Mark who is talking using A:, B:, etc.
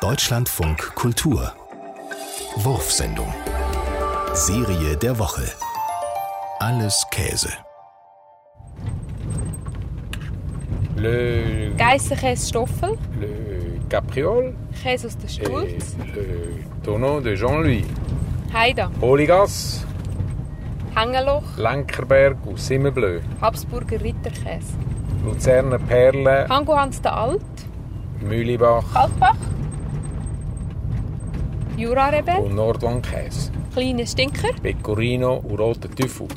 A: Deutschlandfunk Kultur. Wurfsendung. Serie der Woche. Alles Käse.
B: le,
C: Geissenkäse Stoffel,
B: le Capriole
C: Käse aus der
B: et
C: Stulz,
B: le tonneau de Jean-Louis.
C: Haida,
B: Holigas,
C: Hängeloch,
B: Lenkerberg und Simmerbleu.
C: Habsburger Ritterkäse,
B: Luzerner Perle,
C: Hangohans der Alt,
B: Mühlibach
C: Kaltbach, Jurarebell,
B: und Nordwandkäse.
C: kleine Stinker,
B: Pecorino und roter Teufel.